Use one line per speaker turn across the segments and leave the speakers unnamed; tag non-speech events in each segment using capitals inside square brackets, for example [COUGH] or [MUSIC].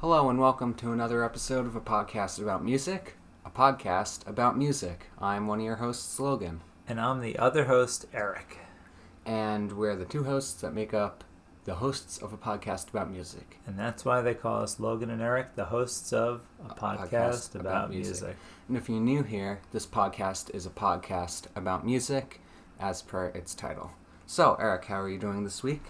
welcome to another episode of a podcast about music. A podcast about music. I'm one of your hosts, Logan,
And I'm the other host, Eric.
and we're the two hosts that make up the hosts of a podcast about music.
And that's why they call us Logan and Eric, the hosts of a podcast, about, music.
And if you're new here, this podcast is a podcast about music, as per its title. So, Eric, how are you doing this week?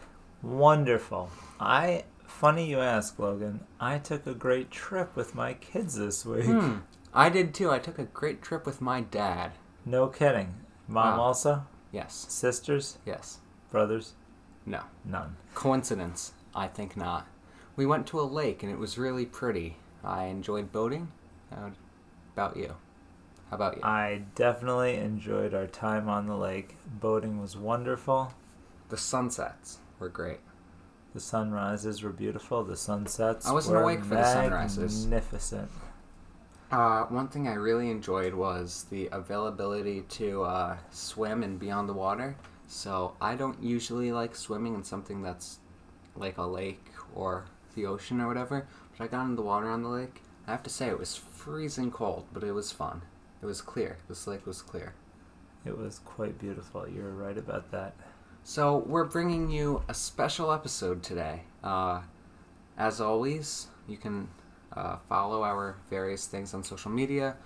Wonderful. I, funny you ask, Logan, I took a great trip with my kids this week.
Hmm, I did too. I took a great trip with my dad.
No kidding. Mom
Wow.
also?
Yes,
Sisters?
yes,
Brothers?
no.
None.
Coincidence? I think not. We went to a lake and it was really pretty. I enjoyed boating. How about you? How about you?
I definitely enjoyed our time on the lake. Boating was wonderful.
The sunsets were great.
The sunrises were beautiful. The sunsets
I wasn't
were
awake for the sunrises.
magnificent.
Uh, one thing I really enjoyed was the availability to uh, swim and be on the water. So I don't usually like swimming in something that's like a lake or the ocean or whatever. But I got in the water on the lake. I have to say it was freezing cold, but it was fun. It was clear. This lake was clear.
It was quite beautiful. You're right about that.
So we're bringing you a special episode today. Uh, as always, you can uh, follow our various things on social media.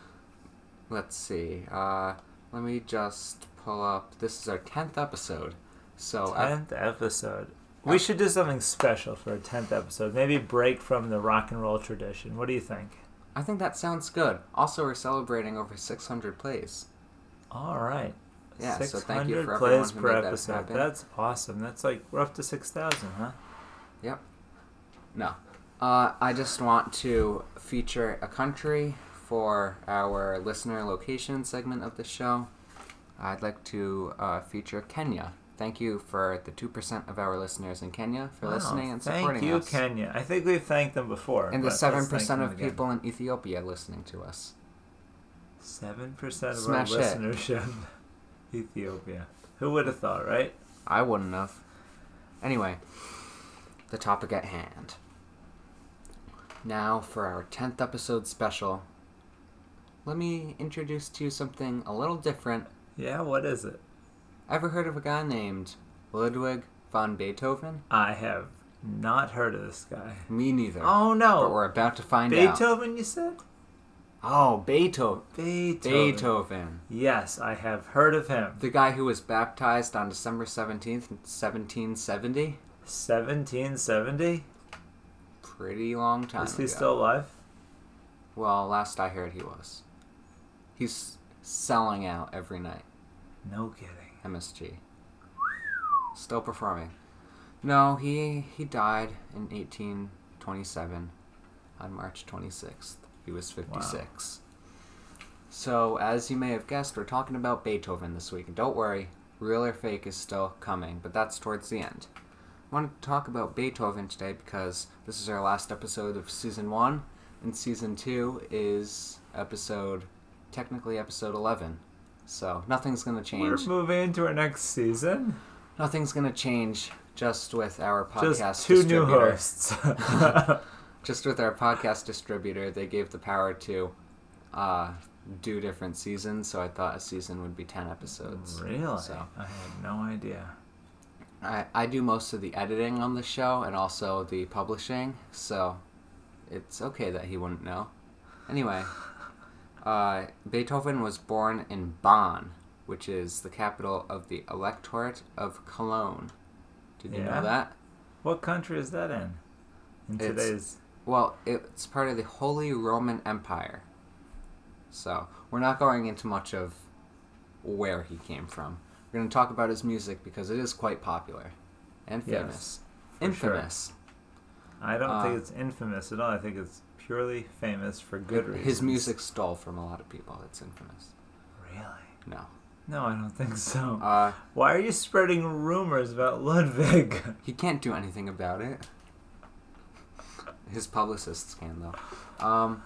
Let's see. Uh, let me just pull up. This is our tenth episode. So uh,
Tenth episode. We should do something special for a tenth episode. Maybe break from the rock and roll tradition. What do you think?
I think that sounds good. Also, we're celebrating over 600 plays.
All right.
Yeah, so
Six
thank you
hundred
for everyone
plays
who
per
made that
episode.
happen.
That's awesome. That's like we're up to six thousand, huh?
Yep. No. Uh, I just want to feature a country for our listener location segment of the show. I'd like to uh, feature Kenya. Thank you for the 2% of our listeners in Kenya for
Wow,
listening and supporting
Thank you,
us.
Kenya. I think we've thanked them before.
and the
but let's
7%
thank
of
them
people in Ethiopia listening to us.
again. Seven percent of
Smash
our
it.
listenership. [LAUGHS] Ethiopia. Who would have thought, right?
I wouldn't have. Anyway, the topic at hand. Now, for our 10th episode special, let me introduce to you something a little different.
Yeah. What is it?
Ever heard of a guy named Ludwig von Beethoven?
I have not heard of this guy.
Me neither.
Oh
But
no,
we're about to find out.
Beethoven. You said
Oh, Beethoven.
Beethoven.
Beethoven.
Yes, I have heard of him.
The guy who was baptized on December 17th, 1770.
1770?
Pretty long time
Is he
ago.
still alive?
Well, last I heard, he was. He's selling out every night.
No kidding.
MSG. Still performing. No, he he died in 1827 on March 26th. He was 56. So, as you may have guessed, we're talking about Beethoven this week. And don't worry, real or fake is still coming, but that's towards the end. I wanted to talk about Beethoven today because this is our last episode of season 1 and season 2 is episode technically episode 11. So, nothing's going to change.
We're moving into our next season.
Nothing's gonna change just with our podcast
Just two new
distributor. [LAUGHS]
hosts.
Just with our podcast distributor, they gave the power to uh, do different seasons. So I thought a season would be ten episodes.
really?
So
I had no idea.
I, I do most of the editing on the show and also the publishing. So it's okay that he wouldn't know.
[LAUGHS]
Anyway, uh, Beethoven was born in Bonn, which is the capital of the Electorate of Cologne. Did you
Yeah.
know that?
What country is that in? In
It's-
today's.
Well, it's part of the Holy Roman Empire. So, we're not going into much of where he came from. We're going to talk about his music because it is quite popular and
Yes,
famous.
for sure.
Infamous.
I don't
uh,
think it's infamous at all. I think it's purely famous for good reasons.
His music stole from a lot of people. It's infamous.
Really?
No.
No, I don't think so.
Uh,
Why are you spreading rumors about Ludwig?
he can't do anything about it. His publicists can, though. Um,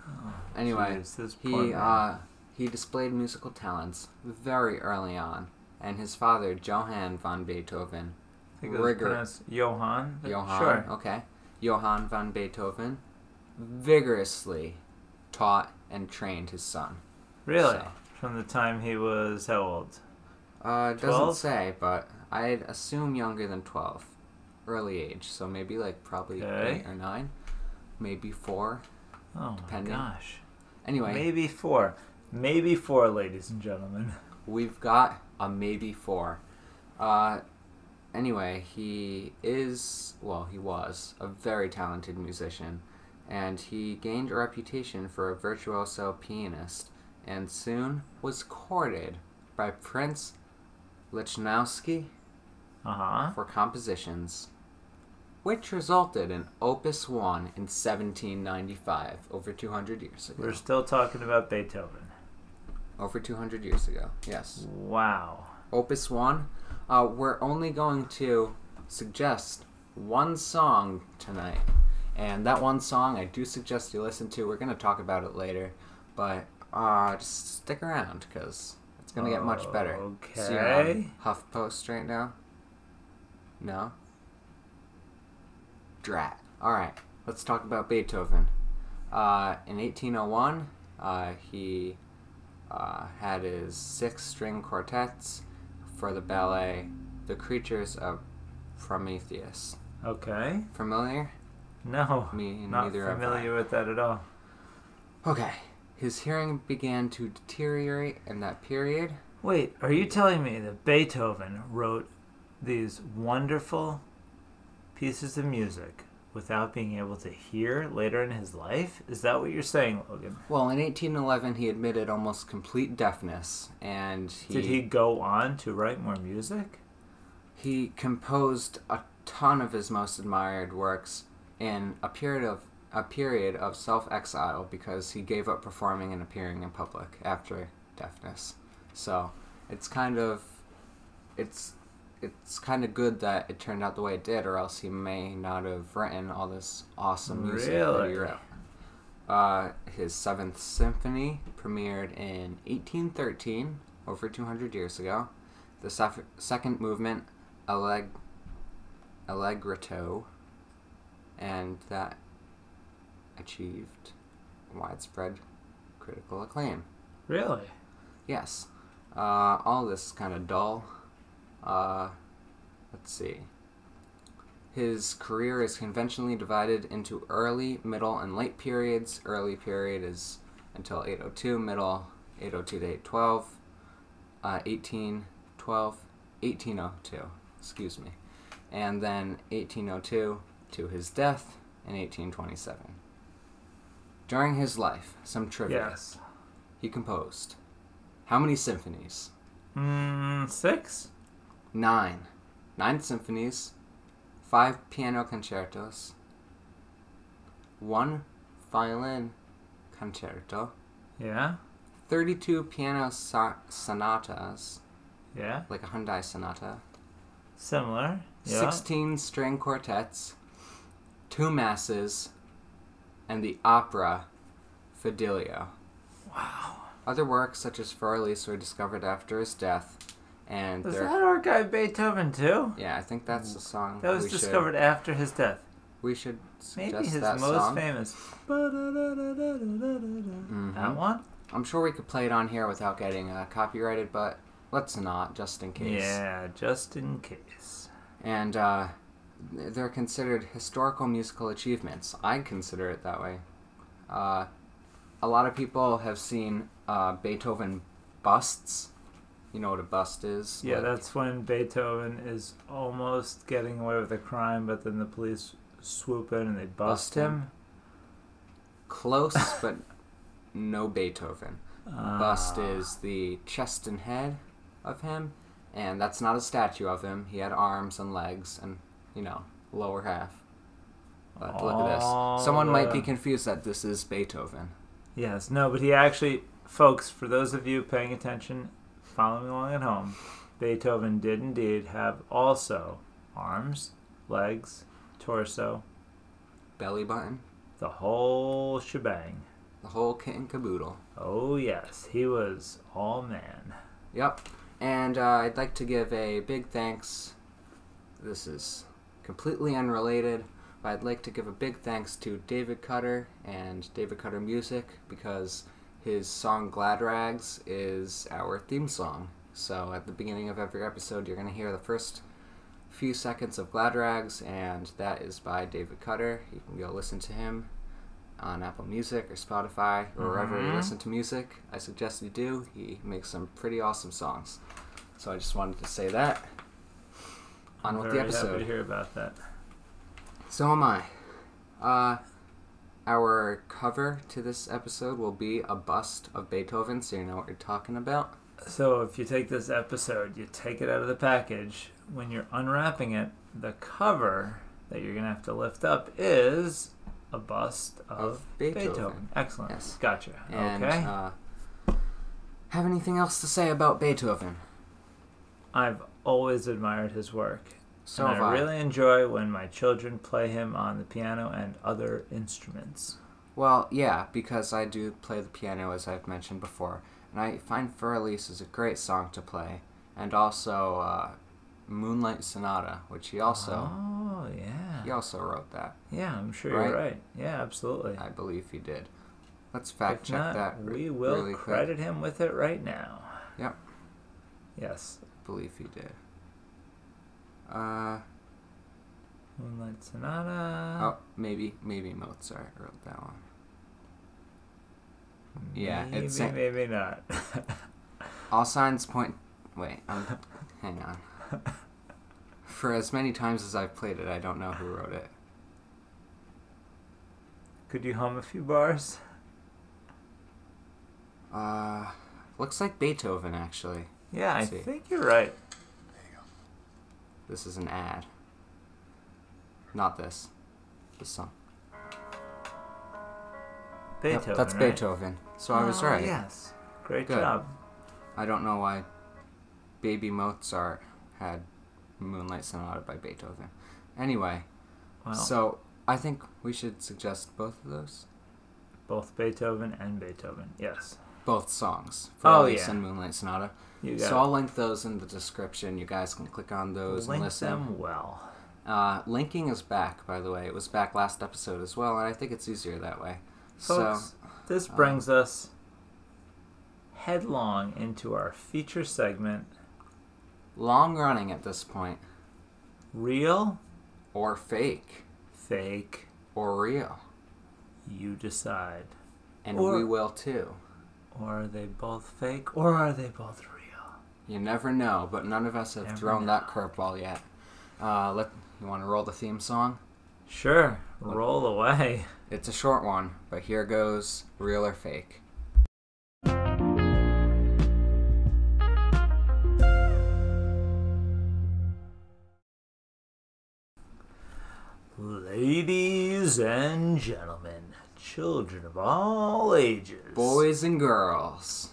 anyway.
Oh, Jeez, this poor
He
man.
uh, he displayed musical talents very early on, and his father Johann von Beethoven,
I think it was
rigor-
Uh, pronounced Johann. but
Johann, uh,
Sure.
okay, Johann von Beethoven, vigorously taught and trained his son.
Really?
So.
From the time he was how old?
Uh, it
12?
doesn't say, but I'd assume younger than 12. Early age, so maybe like probably
Okay.
8 or 9. Maybe 4.
Oh my
Depending.
gosh.
Anyway,
Maybe four. Maybe four, ladies and gentlemen.
we've got a maybe 4. Uh, anyway, he is, well, he was a very talented musician, and he gained a reputation for a virtuoso pianist, and soon was courted by Prince Lichnowsky.
Uh huh.
for compositions, which resulted in Opus 1 in 1795, over 200 years ago.
We're still talking about Beethoven.
Over 200 years ago, yes.
Wow.
Opus 1, uh, we're only going to suggest one song tonight. And that one song I do suggest you listen to. We're going to talk about it later, but uh, just stick around because it's going to get much better. So you're
Okay.
on HuffPost right now? No? Drat. Alright, let's talk about Beethoven. Uh, in 1801, uh, he uh, had his six string quartets for the ballet The Creatures of Prometheus.
Okay.
Familiar?
No.
Me and
not
neither am I.
familiar with that at all.
Okay. His hearing began to deteriorate in that period.
Wait, are you telling me that Beethoven wrote these wonderful pieces of music without being able to hear later in his life? Is that what you're saying, Logan?
Well, in 1811, he admitted almost complete deafness, and he
Did he go on to write more music?
he composed a ton of his most admired works in a period of a period of self-exile because he gave up performing and appearing in public after deafness. So, it's kind of it's it's kind of good that it turned out the way it did or else he may not have written all this awesome music that
Really?
he wrote. Uh, his seventh symphony premiered in 1813, over 200 years ago. The sef- second movement, Alleg- Allegretto, and that achieved widespread critical acclaim.
Really?
Yes, uh, all this is kind of dull. Uh, let's see. His career is conventionally divided into early, middle, and late periods. Early period is until 802, middle 802 to 812, uh, 1812, 1802, excuse me, and then 1802 to his death in 1827. During his life, some trivia.
Yes.
He composed how many symphonies?
Mm, six?
Nine. Nine symphonies, five piano concertos, one violin concerto,
Yeah?
32 piano so- sonatas,
Yeah?
like a Hyundai sonata,
Similar? Yeah?
16 string quartets, two masses, and the opera Fidelio.
Wow.
Other works such as Farlies were discovered after his death, and
Was
there.
that our guy Beethoven too?
Yeah, I think that's the song.
Mm. That was
we should-
discovered after his death.
We should
Maybe
suggest
his
that
most
song.
famous. That
Mhm.
one?
I'm sure we could play it on here without getting uh, copyrighted, but let's not, just in case.
Yeah, just in case.
And uh, they're considered historical musical achievements. I consider it that way. Uh, a lot of people have seen uh, Beethoven busts. You know what a bust is?
Yeah,
Like-
that's when Beethoven is almost getting away with a crime, but then the police swoop in and they bust
Bust
him.
him. close, but no Beethoven.
Uh,
bust is the chest and head of him, and that's not a statue of him. He had arms and legs and, you know, lower half. But look at
All
this. Someone might be
the-
confused that this is Beethoven.
Yes, no, but he actually, folks, for those of you paying attention, following along at home, Beethoven did indeed have also arms, legs, torso,
Belly button,
the whole shebang.
the whole kit and caboodle.
Oh, yes, he was all man.
Yep. And uh, I'd like to give a big thanks. This is completely unrelated, But I'd like to give a big thanks to David Cutter and David Cutter Music because his song Glad Rags is our theme song. So at the beginning of every episode, you're going to hear the first few seconds of Glad Rags, and that is by David Cutter. You can go listen to him on Apple Music or Spotify or wherever you
Mhm.
listen to music. I suggest you do. He makes some pretty awesome songs. So I just wanted to say that. On
I'm
with the
very
episode.
Happy to hear about that.
So am I. Uh, our cover to this episode will be a bust of Beethoven, so you know what you're talking about.
So if you take this episode, you take it out of the package. When you're unwrapping it, the cover that you're gonna have to lift up is a bust of,
Of Beethoven.
Excellent.
Yes.
Gotcha.
And
okay.
uh, have anything else to say about Beethoven?
I've always admired his work.
So
and
have
I
I.
really enjoy when my children play him on the piano and other instruments.
Well, yeah, because I do play the piano as I've mentioned before, and I find Fur Elise is a great song to play, and also uh, Moonlight Sonata, which he also
Oh yeah.
he also wrote that.
Yeah, I'm sure
Right?
you're right. Yeah, absolutely.
I believe he did. Let's fact
if
check
not,
that. re-
we will
really quick.
credit him with it right now.
Yep.
Yes.
believe he did. Uh,
Moonlight Sonata.
oh, maybe maybe Mozart wrote that one. Oh, yeah,
maybe,
it's a-
maybe not.
All signs point. Wait,
[LAUGHS]
um, hang on. For as many times as I've played it, I don't know who wrote it.
Could you hum a few bars?
Uh, looks like Beethoven actually.
Yeah, I
Let's see.
think you're right.
This is an ad. Not this. This song. Yep,
Beethoven.
that's
right?
Beethoven. So I was
Oh,
right.
Yes. Great
Good.
job.
I don't know why Baby Mozart had Moonlight Sonata by Beethoven. Anyway,
Well,
So I think we should suggest both of those,
both Beethoven and Beethoven. Yes.
both songs
Oh,
Elise
yeah.
and Moonlight Sonata.
You got
So I'll link those in the description. You guys can click on
it.
those and
Link
listen.
them well.
Uh, linking is back, by the way. It was back last episode as well, and I think it's easier that way.
Folks, this
um,
brings us headlong into our feature segment
So long running at this point,
Real,
or fake,
Fake,
or real,
You Decide.
and
Or-
we will too.
Or are they both fake or are they both real?
You never know, but none of us have
Never
thrown
know.
that curveball yet. Uh, let you want to roll the theme song.
Sure, roll away.
It's a short one, but here goes real or fake.
Ladies and gentlemen, children of all ages,
Boys and girls.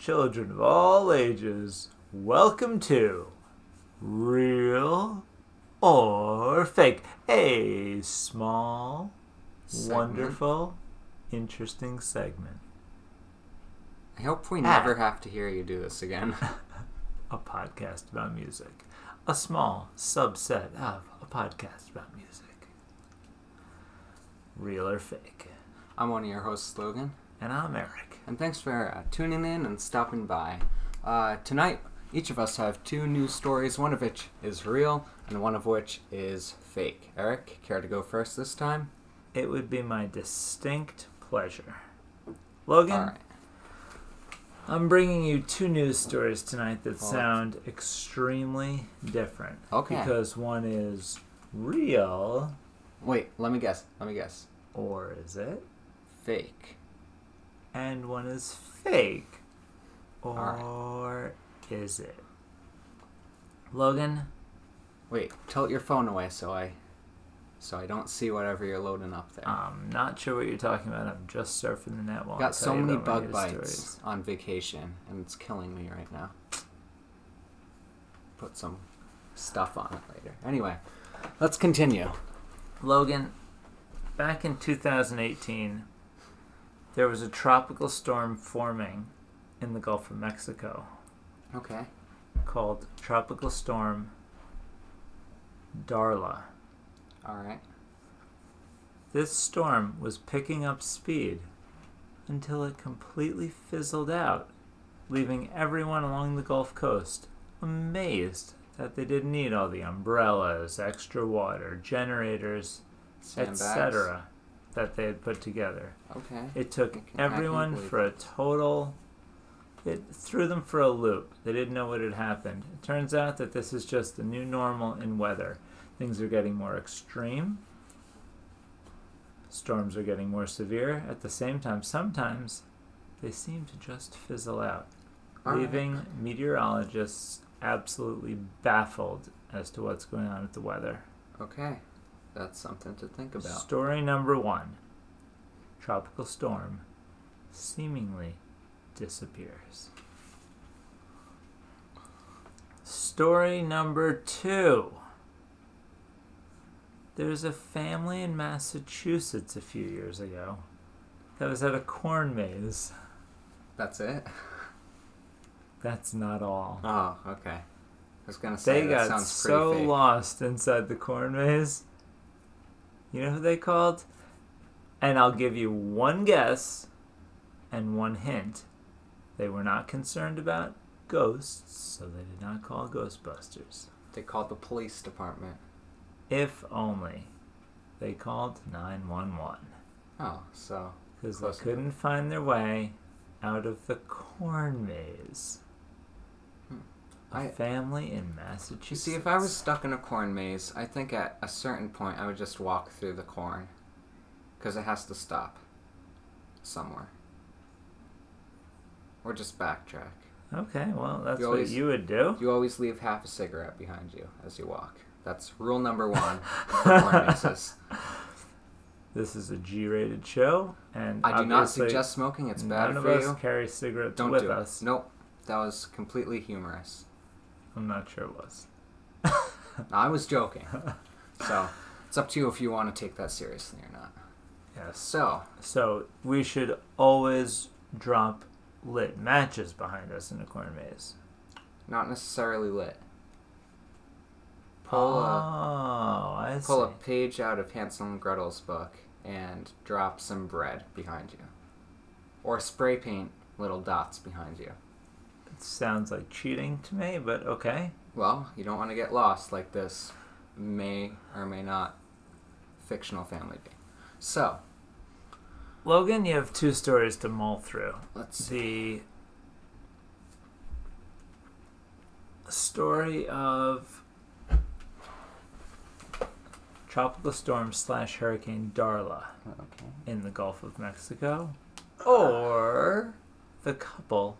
children of all ages, welcome to Real or Fake, a small,
Segment.
wonderful, interesting segment. [LAUGHS]
I hope we
Ah.
never have to hear you do this again. [LAUGHS]
a podcast about music, a small subset of a podcast about music. Real or fake.
I'm one of your hosts, Logan,
And I'm Eric.
and thanks for uh, tuning in and stopping by. Uh, tonight, each of us have two news stories, one of which is real and one of which is fake. Eric, care to go first this time?
It would be my distinct pleasure. Logan,
All right.
I'm bringing you two news stories tonight that
Well,
sound extremely different.
Okay.
Because one is real,
Wait, let me guess. Let me guess.
or is it?
Fake.
And one is fake,
right.
or is it? Logan,
Wait, tilt your phone away so I so I don't see whatever you're loading up there.
I'm not sure what you're talking about. I'm just surfing the net while Oh, I
Got so
tell you
many bug
about my news
bites
stories.
on vacation, and it's killing me right now. Put some stuff on it later. Anyway, let's continue.
Logan, back in 2018, there was a tropical storm forming in the Gulf of Mexico
Okay.
called Tropical Storm Darla.
All right.
This storm was picking up speed until it completely fizzled out, leaving everyone along the Gulf Coast amazed that they didn't need all the umbrellas, extra water, generators,
Sandbags.
etc. that they had put together.
Okay.
It took
I can- I can
everyone
believe
for a total. It threw them for a loop. They didn't know what had happened. It turns out that this is just the new normal in weather. Things are getting more extreme. Storms are getting more severe. At the same time, sometimes they seem to just fizzle out,
All right.
leaving meteorologists absolutely baffled as to what's going on with the weather.
Okay. That's something to think about.
Story number one Tropical storm seemingly disappears. Story number two There's a family in Massachusetts a few years ago that was at a corn maze.
That's it.
That's not all.
Oh, okay. I was gonna say
They
that
got
sounds pretty
so
fake.
lost inside the corn maze. You know who they called? And I'll give you one guess and one hint. They were not concerned about ghosts, so they did not call Ghostbusters.
They called the police department.
If only they called 911
Oh, so
because
Close
they
enough.
couldn't find their way out of the corn maze.
Hmm.
A
I-
family in
you
Massachusetts.
see, if I was stuck in a corn maze, I think at a certain point I would just walk through the corn, because it has to stop somewhere, or just backtrack.
Okay, well, that's
You
what
always-
you would do.
You always leave half a cigarette behind you as you walk. That's rule
[LAUGHS]
number one for corn mazes.
This is a G-rated show, and
I do not
obviously
suggest smoking; it's
none
bad
of
for
us
you.
carry cigarettes
Don't
with
do
us.
it. Nope, that was completely humorous.
I'm not sure
[LAUGHS]
it was.
I was joking.
[LAUGHS]
so it's up to you if you want to take that seriously or not.
Yes.
So
So we should always drop lit matches behind us in a corn maze.
not necessarily lit.
oh,
Pull a
Ah, I see.
pull a page out of Hansel and Gretel's book and drop some bread behind you, or spray paint little dots behind you.
It sounds like cheating to me, but okay.
Well, you don't want to get lost like this may or may not fictional family be. So
Logan, you have two stories to mull through.
let's see.
the story of tropical storm slash hurricane Darla
Okay.
in the Gulf of Mexico, or the couple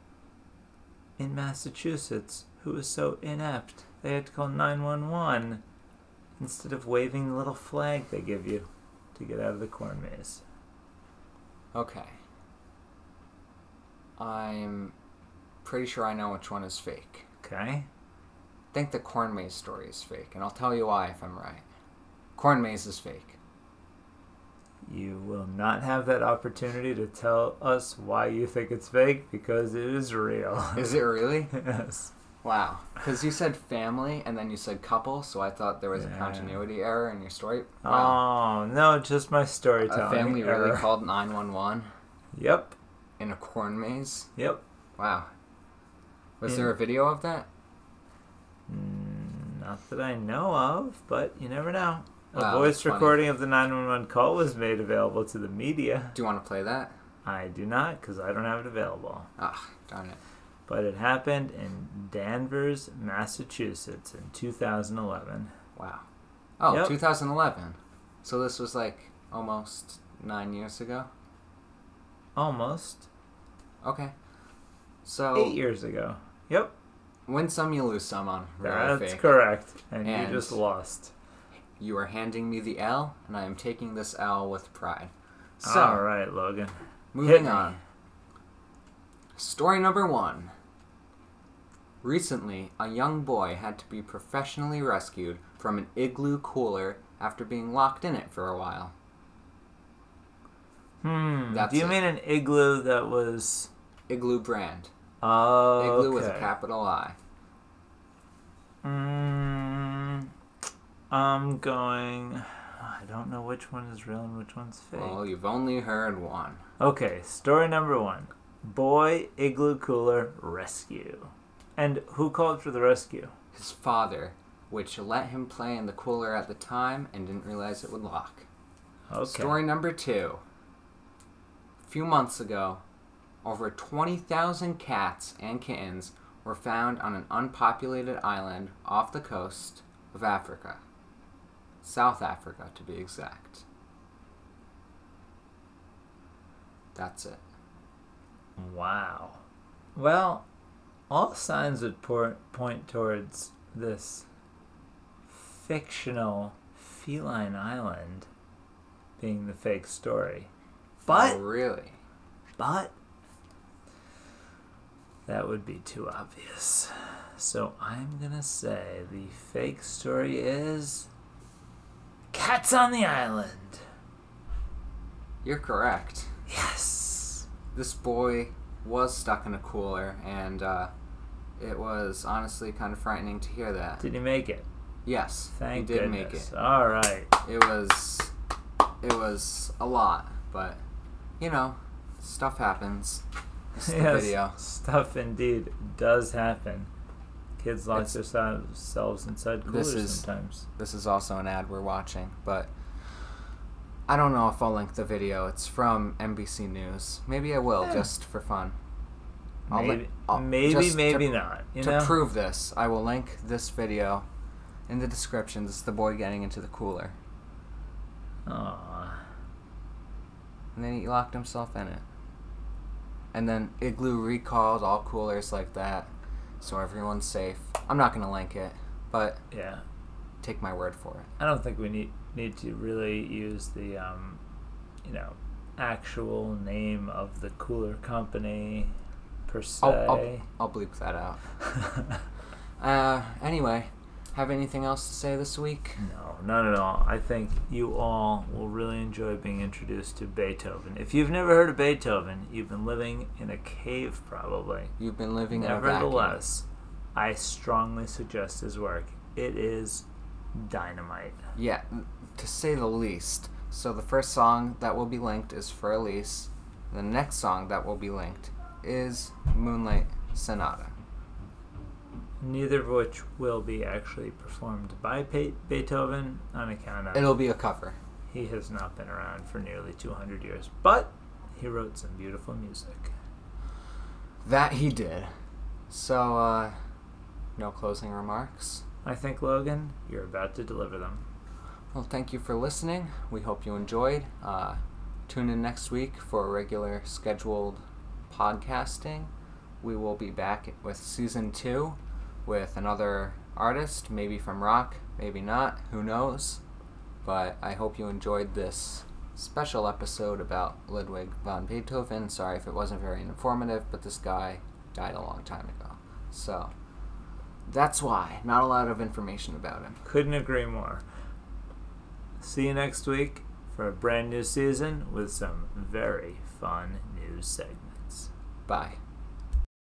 in Massachusetts who was so inept they had to call 911 instead of waving the little flag they give you to get out of the corn maze.
Okay. I'm pretty sure I know which one is fake.
Okay?
think the corn maze story is fake, and I'll tell you why if I'm right. Corn maze is fake.
You will not have that opportunity to tell us why you think it's fake because it is real.
[LAUGHS] Is it really?
[LAUGHS] yes.
Wow. Because you said family and then you said couple, so I thought there was a
Yeah.
continuity error in your story. Wow.
Oh no, just my storytelling.
a family
error.
really called 911
[LAUGHS] Yep.
in a corn maze?
Yep.
Wow. Was
Yeah.
there a video of that?
Mm, Not that I know of, but you never know. A
Wow, that's
voice
funny.
recording of the 911 call was made available to the media.
Do you want to play that?
I do not, because I don't have it available.
Ah, darn it.
But it happened in Danvers, Massachusetts in 2011.
Wow. Oh,
Yep.
2011. So this was like almost nine years ago?
Almost
Okay. So.
eight years ago. Yep.
Win some, you lose some on real or
That's
fake.
correct. And,
And-
you just lost.
You are handing me the L, and I am taking this L with pride. So,
All right, Logan. Hit
moving
me.
on. Story number one. Recently, a young boy had to be professionally rescued from an igloo cooler after being locked in it for a while.
Hmm.
That's
Do you
it.
mean an igloo that was?
Igloo brand.
Oh,
Igloo with a
okay.
capital I.
Mm, I'm Hmm, going. I don't don't know which one is real and which one's fake.
Well, you've only heard one.
Okay, story number one Boy Igloo Cooler Rescue. And who called for the rescue?
His father, which let him play in the cooler at the time and didn't realize it would lock.
Okay.
Story number two. A few months ago, over 20,000 cats and kittens were found on an unpopulated island off the coast of Africa. South Africa, to be exact. That's it.
Wow. Well, all signs would por- point towards this fictional feline island being the fake story.
Oh,
But,
really?
but, that would be too obvious. So I'm gonna say the fake story is. Cats on the Island!
You're correct.
Yes!
This boy was stuck in a cooler, and uh, it was honestly kind of frightening to hear that.
Did he make it?
Yes,
Thank
he did
goodness.
make
All right.
it. It was, it was a lot, but you know, stuff happens. It's the
[LAUGHS] yes,
video.
stuff indeed does happen. Kids lock
It's-
themselves inside
This
coolers
is-
sometimes.
This is also an ad we're watching, but I don't know if I'll link the video. It's from NBC News. Maybe I will,
Yeah.
just for fun. I'll li-
Maybe,
I'll-
maybe,
just to-
maybe not. You
to
know,
prove this, I will link this video in the description. This is the boy getting into the cooler.
Aw.
And then he locked himself in it. And then Igloo recalled all coolers like that, so everyone's safe. I'm not gonna link it, but
yeah.
take my word for it.
I don't think we need need to really use the, um, you know, actual name of the cooler company, per se.
I'll, I'll, I'll bleep that
[LAUGHS]
out. Uh, anyway, have anything else to say this week?
No, not at all. I think you all will really enjoy being introduced to Beethoven. If you've never heard of Beethoven, you've been living in a cave probably.
You've been living in a vacuum.
Nevertheless, I strongly suggest his work. It is dynamite.
Yeah, to say the least. So the first song that will be linked is For Elise. The next song that will be linked is Moonlight Sonata.
Neither of which will be actually performed by Pe- Beethoven on account of
It'll be a cover.
he has not been around for nearly 200 years, but he wrote some beautiful music.
That he did. So, uh, no closing remarks.
I think Logan, you're about to deliver them.
Well, thank you for listening. We hope you enjoyed. Uh, tune in next week for regular scheduled podcasting. We will be back with season two with another artist, maybe from rock, maybe not, who knows. But I hope you enjoyed this special episode about Ludwig von Beethoven. Sorry if it wasn't very informative, but this guy died a long time ago. So that's why. Not a lot of information about him.
Couldn't agree more. See you next week for a brand new season with some very fun new segments.
Bye.